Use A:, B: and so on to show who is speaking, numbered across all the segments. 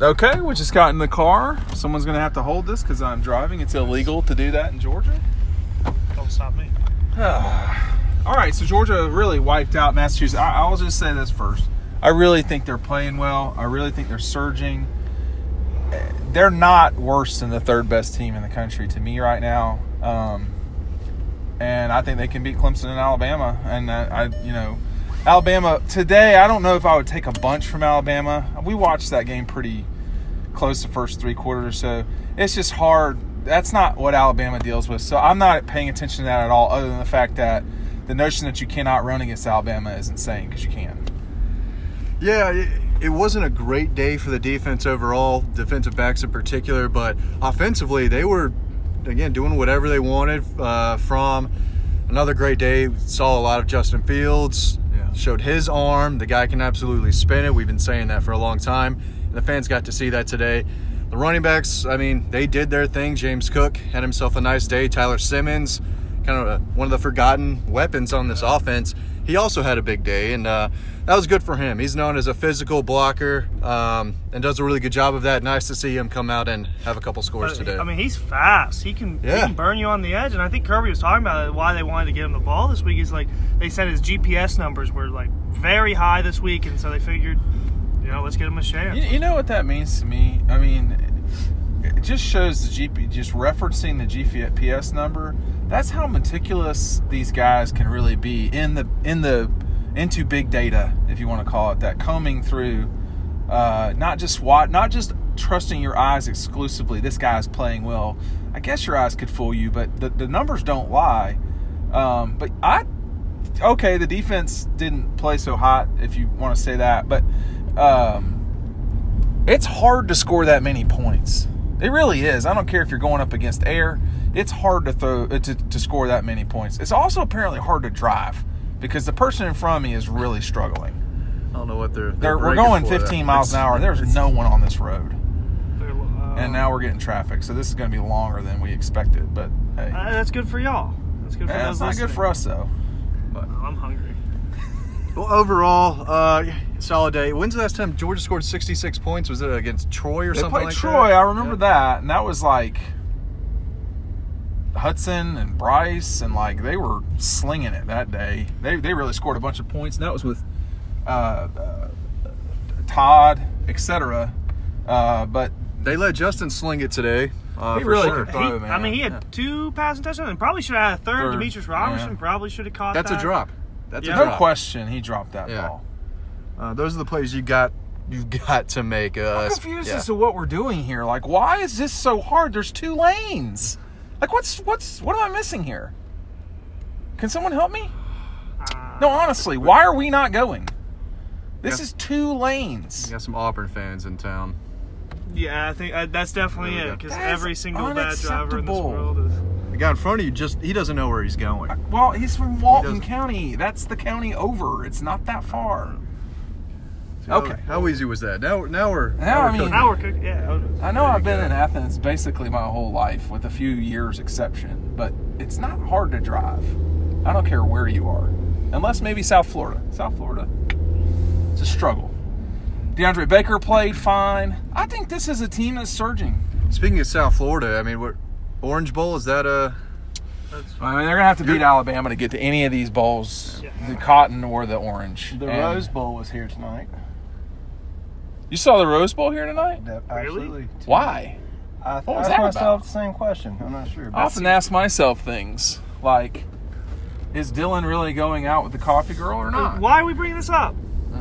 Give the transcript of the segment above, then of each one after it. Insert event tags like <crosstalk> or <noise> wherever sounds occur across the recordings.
A: Okay, we just got in the car. Someone's gonna have to hold this because I'm driving. It's illegal to do that in Georgia.
B: Don't stop me.
A: All right, so Georgia really wiped out Massachusetts. I, I'll just say this first. I really think they're playing well. I really think they're surging. Eh, They're not worse than the third best team in the country to me right now. Um, and I think they can beat Clemson and Alabama. And uh, I, you know, Alabama today. I don't know if I would take a bunch from Alabama. We watched that game pretty close the first three quarters, so it's just hard. That's not what Alabama deals with. So I'm not paying attention to that at all, other than the fact that the notion that you cannot run against Alabama is insane because you can.
C: Yeah, it, it wasn't a great day for the defense overall, defensive backs in particular, but offensively, they were, again, doing whatever they wanted uh, from another great day. Saw a lot of Justin Fields,
A: Yeah.
C: showed his arm. The guy can absolutely spin it. We've been saying that for a long time. And the fans got to see that today. The running backs, I mean, they did their thing. James Cook had himself a nice day. Tyler Simmons, kind of a, one of the forgotten weapons on this offense, he also had a big day, and uh, that was good for him. He's known as a physical blocker um, and does a really good job of that. Nice to see him come out and have a couple scores today.
B: I mean, he's fast. He can, he
C: Yeah.
B: can burn you on the edge. And I think Kirby was talking about it, why they wanted to get him the ball this week. Is like they said his GPS numbers were like very high this week, and so they figured, you know, let's get him a chance.
A: You, you know what that means to me? I mean, it just shows the GP, just referencing the GPS number. That's how meticulous these guys can really be in the in the into big data, if you want to call it that, combing through, uh, not just what, not just trusting your eyes exclusively. This guy's playing well. I guess your eyes could fool you, but the, the numbers don't lie. Um, but I okay, the defense didn't play so hot, if you want to say that, but um, it's hard to score that many points. It really is. I don't care if you're going up against air. It's hard to throw uh, to, to score that many points. It's also apparently hard to drive because the person in front of me is really struggling.
C: I don't know what they're.
A: They're, we're going 15 miles an hour. There's no one on this road,
B: They're, uh,
A: and now we're getting traffic. So this is going to be longer than we expected. But hey,
B: uh, that's good for y'all. That's good for
A: Eh,
B: those
A: it's not good
B: listening. Oh,
A: for us though.
B: I'm hungry.
C: Well, overall, uh, solid day. When's the last time Georgia scored 66 points? Was it against Troy or
A: They
C: something
A: played
C: like
A: Troy.
C: that?
A: I remember
C: Yeah.
A: that, and that was like Hudson and Bryce, and like they were slinging it that day. They they really scored a bunch of points, and that was with uh, uh, Todd, etc. Uh, but
C: They let Justin sling it today. Uh,
A: He
C: for
A: really
C: sure.
A: could-
B: He,
A: Oh,
B: I
A: man.
B: mean, he had
A: Yeah.
B: two passing touchdowns and probably should have had a third.
A: Third,
B: Demetrius Robertson
A: yeah.
B: probably should have caught
C: That's
B: that.
C: a drop. That's
B: Yeah.
C: a
A: no
C: drop.
A: question, he dropped that
C: Yeah.
A: ball.
C: Uh, those are the plays you got. You've <laughs> got to make. Uh,
A: I'm confused
C: yeah.
A: as to what we're doing here. Like, why is this so hard? There's two lanes. Like, what's what's what am I missing here? Can someone help me?
B: Uh,
A: No, honestly, why are we not going? This
C: Yeah.
A: is two lanes.
C: You got some Auburn fans in town.
B: Yeah, I think uh, that's definitely
C: There we
B: it
C: go.
B: because
A: That is
B: every single bad driver in this
A: unacceptable.
B: world is.
C: The guy in front of you just—he doesn't know where he's going.
A: Well, he's from Walton
C: doesn't-
A: County. That's the county over. It's not that far. Okay.
C: How, how easy was that? Now, now we're.
A: Now,
C: we're
A: I mean-
C: cooking.
B: Now we're cooking. Yeah. I was-
A: I know I've been in Athens basically my whole life, with a few years exception, but it's not hard to drive. I don't care where you are, unless maybe South Florida. South Florida, it's a struggle. DeAndre Baker played fine. I think this is a team that's surging.
C: Speaking of South Florida, I mean, we're, Orange Bowl is that a?
B: that's-
A: I mean, they're gonna have to beat Alabama to get to any of these bowls,
B: Yeah.
A: the cotton or the orange.
D: The
A: And-
D: Rose Bowl was here tonight.
A: You saw the Rose Bowl here tonight?
D: That-
B: Really?
D: Absolutely.
A: Why?
D: I
A: What was
D: asked
A: that about?
D: myself the same question. I'm not sure.
A: I often ask myself things like, is Dylan really going out with the coffee girl or not?
B: Why are we bringing this up?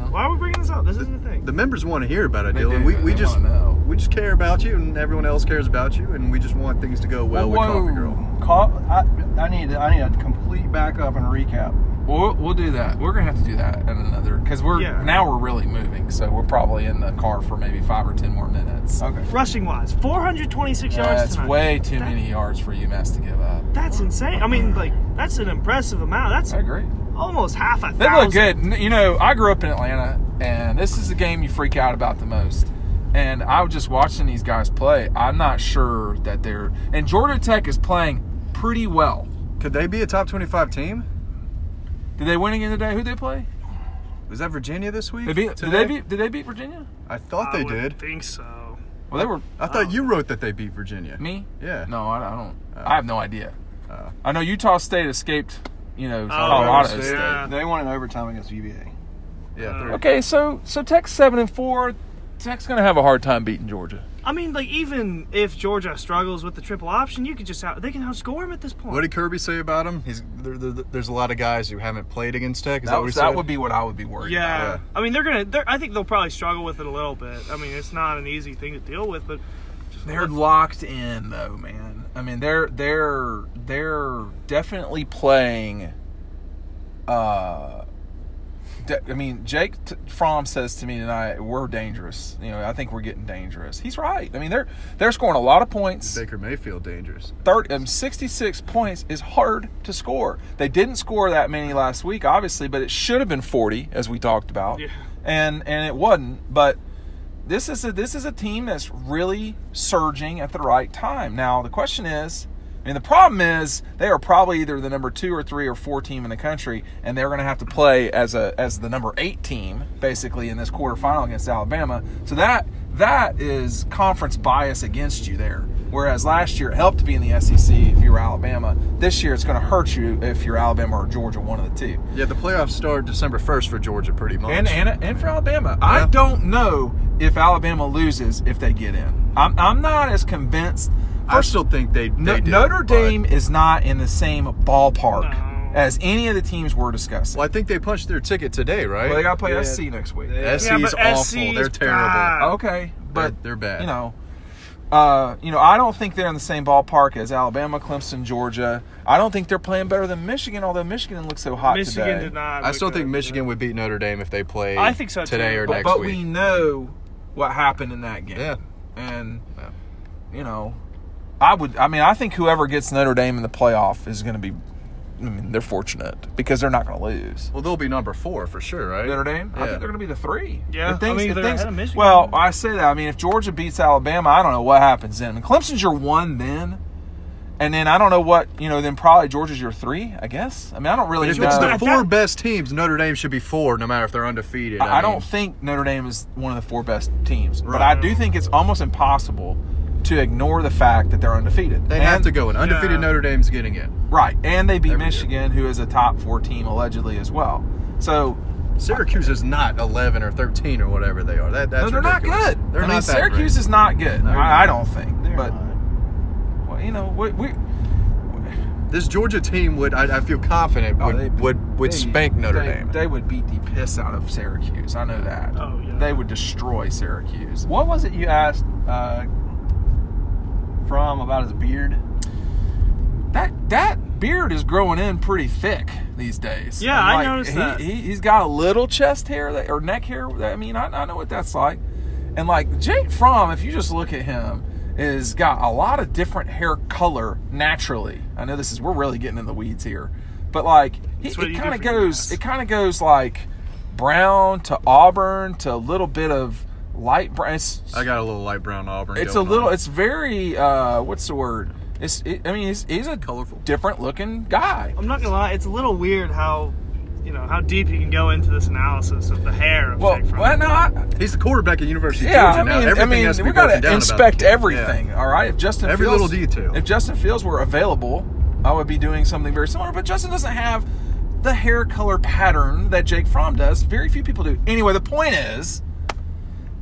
B: Why are we bringing this up? This isn't a thing.
C: The members want to hear about it,
A: They
C: Dylan.
A: do.
C: We, we
A: They
C: just
A: wanna know.
C: we just care about you, and everyone else cares about you, and we just want things to go well
A: Whoa.
C: with Coffee Girl.
D: Call, I, I need I need a complete backup and recap.
A: Well, we'll- we'll do that. We're gonna have to do that at another because we're
B: Yeah.
A: now we're really moving, so we're probably in the car for maybe five or ten more minutes.
D: Okay.
B: Rushing wise, 426 yards.
A: That's
B: tonight.
A: way too
B: That-
A: many yards for UMass to give up.
B: That's insane. I mean, like that's an impressive amount. That's
A: I agree.
B: almost half a
A: They
B: thousand.
A: look good. N- You know, I grew up in Atlanta, and this is the game you freak out about the most. And I was just watching these guys play. I'm not sure that they're. And Georgia Tech is playing pretty well.
C: Could they be a top twenty-five team?
A: Did they win again today? Who they play?
C: Was that Virginia this week?
A: They beat, did
C: Today?
A: they beat? Did they beat Virginia?
C: I thought
B: I
C: they
B: would
C: did.
B: Think so.
A: Well, they were
C: I thought you wrote that they beat Virginia.
A: me.
C: Yeah. Oh.
A: No, I, I don't. I have no idea.
C: Uh.
A: I know Utah State escaped. You
C: Oh,
A: know,
B: Colorado
A: Colorado State.
B: State. Yeah.
D: uh, They won in overtime against UVA.
C: Yeah.
B: Uh,
C: three.
A: Okay, so so Tech's seven and four. Tech's gonna have a hard time beating Georgia.
B: I mean, like even if Georgia struggles with the triple option, you could just out, they can outscore him at this point.
C: What did Kirby say about him? He's there, there, there's a lot of guys who haven't played against Tech. Is that,
A: That,
C: what he
A: was,
C: said?
A: that would be what I would be worried.
B: yeah.
C: Yeah.
B: I mean they're gonna. They're, I think they'll probably struggle with it a little bit. I mean it's not an easy thing to deal with, but just
A: They're
B: let-
A: locked in though, man. I mean, they're they're they're definitely playing. Uh, de- I mean, Jake t- Fromm says to me tonight, "We're dangerous." You know, I think we're getting dangerous. He's right. I mean, they're they're scoring a lot of points.
C: Baker Mayfield dangerous.
A: 30, um, 66 points is hard to score. They didn't score that many last week, obviously, but it should have been 40, as we talked about.
B: Yeah.
A: And and it wasn't. But this is a this is a team that's really surging at the right time. Now the question is, I mean, the problem is they are probably either the number two or three or four team in the country, and they're going to have to play as a as the number eight team basically in this quarterfinal against Alabama. So that that is conference bias against you there. Whereas last year it helped to be in the SEC if you were Alabama. This year it's going to hurt you if you're Alabama or Georgia, one of the two.
C: Yeah, the playoffs start December 1st for Georgia, pretty much.
A: And, and and for Alabama, I
C: Yeah.
A: don't know if Alabama loses if they get in. I'm I'm not as convinced.
C: I still think they,
A: No,
C: they do,
A: Notre
C: but-
A: Dame is not in the same ballpark
B: No.
A: as any of the teams we're discussing.
C: Well, I think they punched their ticket today, right?
A: Well, they got to play
D: Yeah.
A: SC next week.
D: They-
C: SC's
B: Yeah, but
C: awful.
B: SC is
C: they're terrible.
B: bad.
A: Okay, but
C: they're bad.
A: You know, uh, you know, I don't think they're in the same ballpark as Alabama, Clemson, Georgia. I don't think they're playing better than Michigan, although Michigan didn't look so hot
B: Michigan
A: today.
B: did not.
C: I
B: look
C: still think
B: good.
C: Michigan would beat Notre Dame if they played
B: I think so, too.
C: today or
A: but,
C: next
A: but
C: week.
A: we know what happened in that game.
C: Yeah.
A: and
C: Yeah.
A: you know, I would. I mean, I think whoever gets Notre Dame in the playoff is going to be. I mean, they're fortunate because they're not going to lose.
C: Well, they'll be number four for sure, right?
A: Notre Dame. I
C: Yeah.
A: think they're going to be the three.
B: Yeah,
A: If
B: I mean,
A: if
B: they're ahead of Michigan.
A: Well, I say that. I mean, if Georgia beats Alabama, I don't know what happens then. I mean, Clemson's your one then, and then I don't know what you know. Then probably Georgia's your three. I guess. I mean, I don't really
C: If
A: know.
C: it's the
B: I
C: four
B: thought-
C: best teams, Notre Dame should be four, no matter if they're undefeated.
A: I, I
C: mean,
A: don't think Notre Dame is one of the four best teams, but
C: Right.
A: I do think it's almost impossible to ignore the fact that they're undefeated.
C: They
A: and,
C: have to go, and undefeated
B: Yeah.
C: Notre Dame's getting in.
A: right, and they beat
C: Every year.
A: Michigan, who is a top four team allegedly as well. So
C: Syracuse is not 11 or 13 or whatever they are. That, that's
A: no, they're not
C: ridiculous.
A: good.
C: They're
A: I
C: not
A: mean,
C: that
A: Syracuse
C: great.
A: is not good.
C: They're
A: I, I
C: not.
A: don't think,
D: They're
A: but
D: not.
A: well, you know, we, we
C: This Georgia team would, I, I feel confident,
A: oh,
C: would
A: they-
C: would, would
A: they-
C: spank Notre
A: they-
C: Dame.
A: They would beat the piss out of Syracuse. I know that.
B: Oh, yeah.
A: They would destroy Syracuse.
D: What was it you asked uh, from about his beard?
A: That that beard is growing in pretty thick these days.
B: Yeah,
A: And,
B: I noticed
A: he,
B: that.
A: He, he's got a little chest hair that, or neck hair. That, I mean, I, I know what that's like. And like Jake Fromm, if you just look at him, is got a lot of different hair color naturally. I know this is we're really getting in the weeds here, but like he,
B: That's what
A: it
B: you do
A: kind of
B: for your
A: goes.
B: ass.
A: It kind of goes like brown to auburn to a little bit of light brown. It's-
C: I got a little light brown Auburn.
A: it's a
C: going
A: little.
C: on.
A: It's very. uh What's the word? It's. It, I mean, he's, he's a
C: Colorful.
A: different looking guy.
B: I'm not gonna lie, it's a little weird how you know how deep you can go into this analysis of the hair of
A: Well,
B: Jake Fromm.
A: well, no, I,
C: He's the quarterback at University of
A: yeah. I
C: Georgia now.
A: mean, I
C: Everything
A: mean,
C: has to be
A: we gotta
C: broken down about the
A: inspect
C: kid. Yeah.
A: everything. All right, if Justin
C: Every
A: Fields,
C: little detail.
A: If Justin Fields were available, I would be doing something very similar. But Justin doesn't have the hair color pattern that Jake Fromm does. Very few people do. Anyway, the point is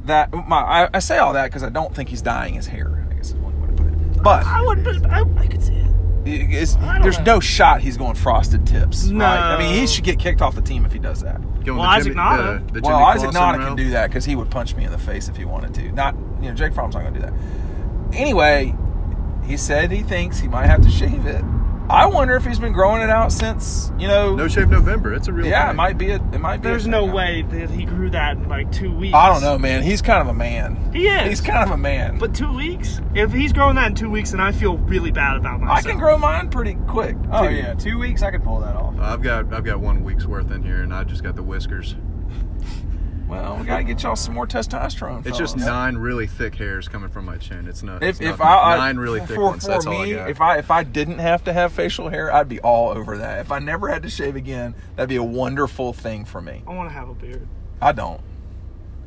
A: that my, I, I say all that because I don't think he's dyeing his hair. I guess is one way to put it. But
B: I would, but I, I could see it.
A: It's,
B: don't
A: there's
B: know.
A: no shot he's going frosted tips.
B: No.
A: Right? I mean, he should get kicked off the team if he does that.
C: Going
B: Well,
C: the
B: Isaac Nada.
C: the- the
A: well,
C: Jimmy
A: Isaac
C: Clausen
A: Nada
C: route.
A: can do that because he would punch me in the face if he wanted to. Not, you know, Jake Fromm's not going to do that. Anyway, he said he thinks he might have to shave it. I wonder if he's been growing it out since, you know.
C: No Shave November. It's a real
A: yeah,
C: thing.
A: it might be a. It might be. a
B: There's
A: thing
B: no
A: now.
B: way that he grew that in like two weeks.
A: I don't know, man. He's kind of a man.
B: He is.
A: He's kind of a man.
B: But two weeks? If he's growing that in two weeks, then I feel really bad about
A: I
B: myself.
A: can grow mine pretty quick.
D: Oh
A: too.
D: yeah, two weeks I could pull that off.
C: I've got I've got one week's worth in here, and I just got the whiskers.
A: Well, we got to get y'all some more testosterone.
C: It's just
A: fellas.
C: nine really thick hairs coming from my chin. It's not.
A: Oh, If,
C: it's
A: if
C: nothing.
A: I, I
C: nine really thick
A: for,
C: ones.
A: for
C: That's
A: me,
C: all I got.
A: if I if I didn't have to have facial hair, I'd be all over that. If I never had to shave again, that'd be a wonderful thing for me.
B: I want to have a beard.
A: I don't.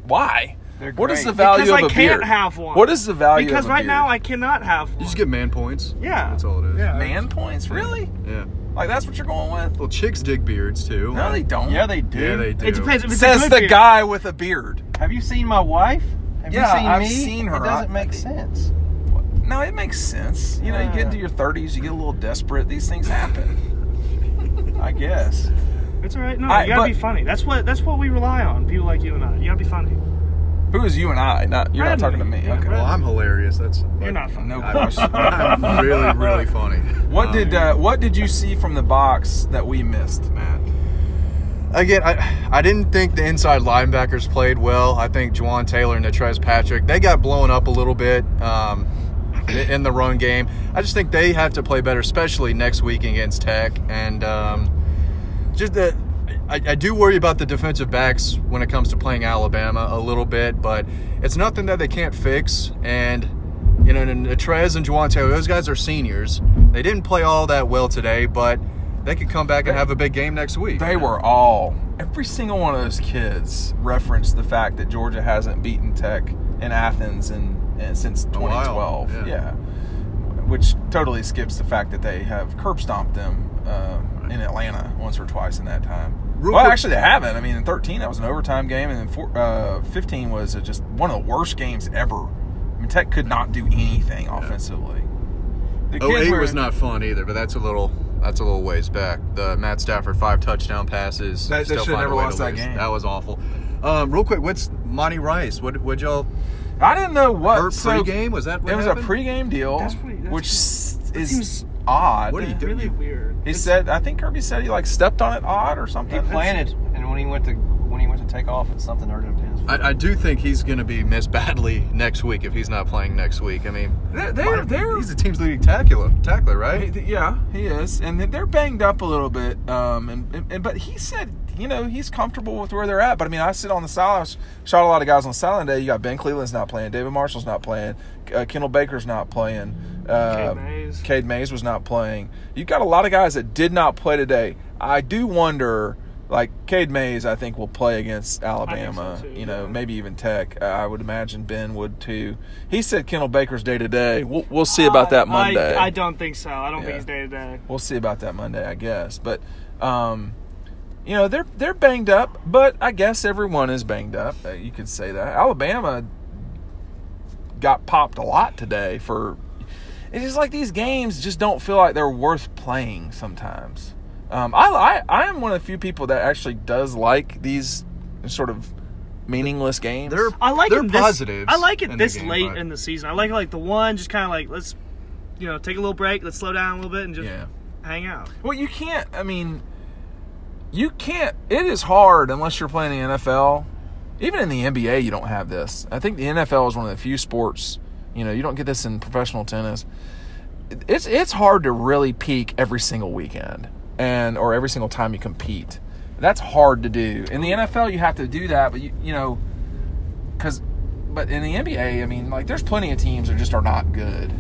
A: Why?
D: They're
A: What is the
D: great.
A: value
B: Because
A: of
B: I
A: a
B: can't
A: beer?
B: have one.
A: What is the value
B: Because
A: of Oh, a
B: right
A: beer?
B: now I cannot have one.
C: You just get man points.
B: Yeah.
C: That's all it is.
B: Yeah.
A: man points really?
C: Yeah.
A: Like that's what you're going with?
C: Well, chicks dig beards too.
A: No, they don't.
D: Yeah, they do.
C: Yeah, they do.
B: It depends. If it's a
A: Says
B: good
A: the
B: beer.
A: guy with a beard.
D: Have you seen my wife? Have
A: Yeah,
D: you seen
A: I've
D: me?
A: seen her.
D: It doesn't
A: I-
D: make sense.
A: No, it makes sense. You know, you get into your 30s, you get a little desperate. These things happen.
D: I guess.
B: It's all right. No,
A: I-
B: you gotta
A: but-
B: be funny. That's what that's what we rely on. People like you and I. You gotta be funny.
A: Who is you and I? Not you're not
B: Brad
A: talking to
B: and me.
A: me.
B: Yeah,
A: Okay.
C: Well, I'm hilarious. That's
B: You're not funny.
A: No question.
C: <laughs> I'm I'm
A: <laughs>
C: really, really funny.
A: What
C: Um,
A: did uh, what did you see from the box that we missed, Matt?
C: again, I, I didn't think the inside linebackers played well. I think Juwan Taylor and Natrez Patrick, they got blown up a little bit um, in the run game. I just think they have to play better, especially next week against Tech. And um, just the, I, I do worry about the defensive backs when it comes to playing Alabama a little bit, but it's nothing that they can't fix. And, you know, Natrez and Juwan Taylor, those guys are seniors. They didn't play all that well today, but they could come back and have a big game next week.
A: They were all every single one of those kids referenced the fact that Georgia hasn't beaten Tech in Athens in, in- since
C: A while,
A: 2012.
C: yeah.
A: yeah. which totally skips the fact that they have curb stomped them um, in Atlanta once or twice in that time.
C: Real
A: well,
C: quick-
A: actually, they haven't. I mean, in 13 that was an overtime game, and then four, uh, 15 was just one of the worst games ever. I mean, Tech could not do anything offensively. The
C: Oh,
A: kids
C: eight
A: were-
C: was not fun either, but that's a little that's a little ways back. The Matt Stafford five touchdown passes.
A: That- they
C: still
A: should've
C: find a
A: never
C: way to
A: lost that
C: lose.
A: game.
C: That was awful. Um, real quick, what's Monty Rice? What would y'all
A: I didn't know what.
C: hurt
A: Uh, so-
C: pregame? Was that what
A: It was a
C: happened?
A: pregame deal,
B: That's pretty- that's
A: which s is
B: seems-
A: odd.
C: What did he do?
B: Really weird.
A: He said, I think Kirby said he like stepped on it odd or
D: He
A: something.
D: planted, and when he went to when he went to take off, it's something hurt him to his.
C: I, I do think he's going to be missed badly next week if he's not playing next week. I mean,
A: They're- they're-
C: Monty-
A: they're-
C: he's the team's leading tackler, tackler, right?
A: He- yeah, he is, and they're banged up a little bit. Um, and, and, and but he said, you know, he's comfortable with where they're at. But I mean, I sit on the sideline, I shot a lot of guys on the sideline today. You got Ben Cleveland's not playing, David Marshall's not playing, uh, Kendall Baker's not playing, uh,
B: Cade Mays.
A: Cade Mays was not playing. You got a lot of guys that did not play today. I do wonder. Like Cade Mays, I think will play against Alabama.
B: too,
A: you know,
B: yeah.
A: maybe even Tech. Uh, I would imagine Ben would too. He said Kendall Baker's day to day. We'll, we'll see about that Monday.
B: I, I don't think so. I don't
A: Yeah.
B: think he's day to day.
A: We'll see about that Monday, I guess. But um, you know, they're they're banged up, but I guess everyone is banged up. Uh, you could say that. Alabama got popped a lot today for it's just like these games just don't feel like they're worth playing sometimes. Um, I, I I am one of the few people that actually does like these sort of meaningless games.
C: They're
B: I like
C: they're
B: it this,
C: positives.
B: I like
C: in
B: it
C: the
B: this
C: game,
B: late
C: but-
B: in the season. I like like the one just kind of like let's you know take a little break, let's slow down a little bit and just
A: Yeah.
B: hang out.
A: Well, you can't. I mean, you can't. It is hard unless you're playing the NFL. Even in the NBA, you don't have this. I think the NFL is one of the few sports. You know, you don't get this in professional tennis. It's it's hard to really peak every single weekend and or every single time you compete. That's hard to do. In the NFL, you have to do that, but you you know, because but in the NBA, I mean, like there's plenty of teams that just are not good.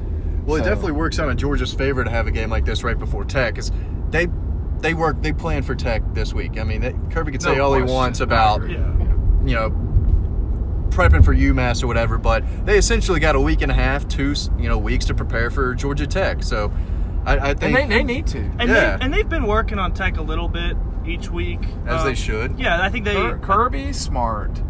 C: Well, it
A: So-
C: definitely works out in Georgia's favor to have a game like this right before Tech, because they they work they plan for Tech this week. I mean, they, Kirby can say
A: No
C: all he
A: question.
C: wants about
B: Yeah.
C: you know prepping for UMass or whatever, but they essentially got a week and a half, two you know weeks to prepare for Georgia Tech. So I, I
A: And
C: think
A: they, they need to.
B: And
C: Yeah.
B: they, and they've been working on tech a little bit each week
C: as
B: Um,
C: they should.
B: Yeah, I think they.
A: Kir- Kirby Smart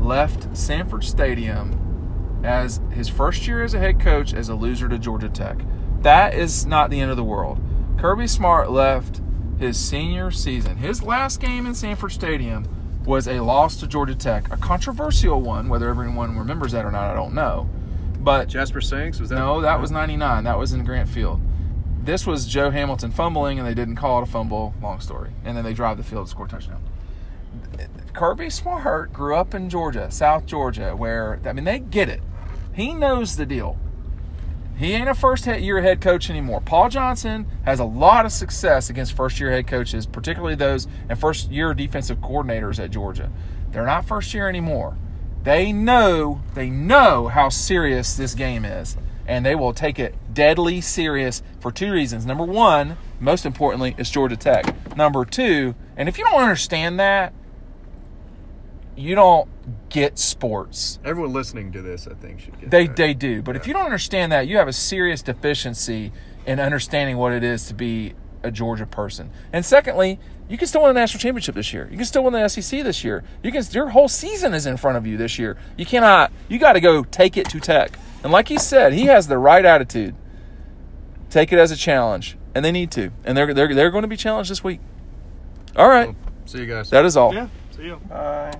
A: left Sanford Stadium as his first year as a head coach as a loser to Georgia Tech. That is not the end of the world. Kirby Smart left his senior season. His last game in Sanford Stadium was a loss to Georgia Tech, a controversial one. Whether everyone remembers that or not, I don't know. But
C: Jasper Sanks was that?
A: no, that was 99. That was in Grant Field. This was Joe Hamilton fumbling, and they didn't call it a fumble. Long story. And then they drive the field, score a touchdown. Kirby Smart grew up in Georgia, South Georgia, where, I mean, they get it. He knows the deal. He ain't a first he- year head coach anymore. Paul Johnson has a lot of success against first year head coaches, particularly those and first year defensive coordinators at Georgia. They're not first year anymore. They know they know how serious this game is, and they will take it deadly serious for two reasons. Number one, most importantly, is Georgia Tech. Number two, and if you don't understand that, you don't get sports.
C: Everyone listening to this, I think, should get
A: They
C: that.
A: they do, but if you don't understand that, you have a serious deficiency in understanding what it is to be a Georgia person. And secondly, you can still win the national championship this year. You can still win the SEC this year. You can your whole season is in front of you this year. You cannot. You got to go take it to Tech. And like he said, he has the right attitude. Take it as a challenge, and they need to. And they're they're they're going to be challenged this week. All right,
C: See you guys.
A: that is all.
B: Yeah. See you.
A: Bye.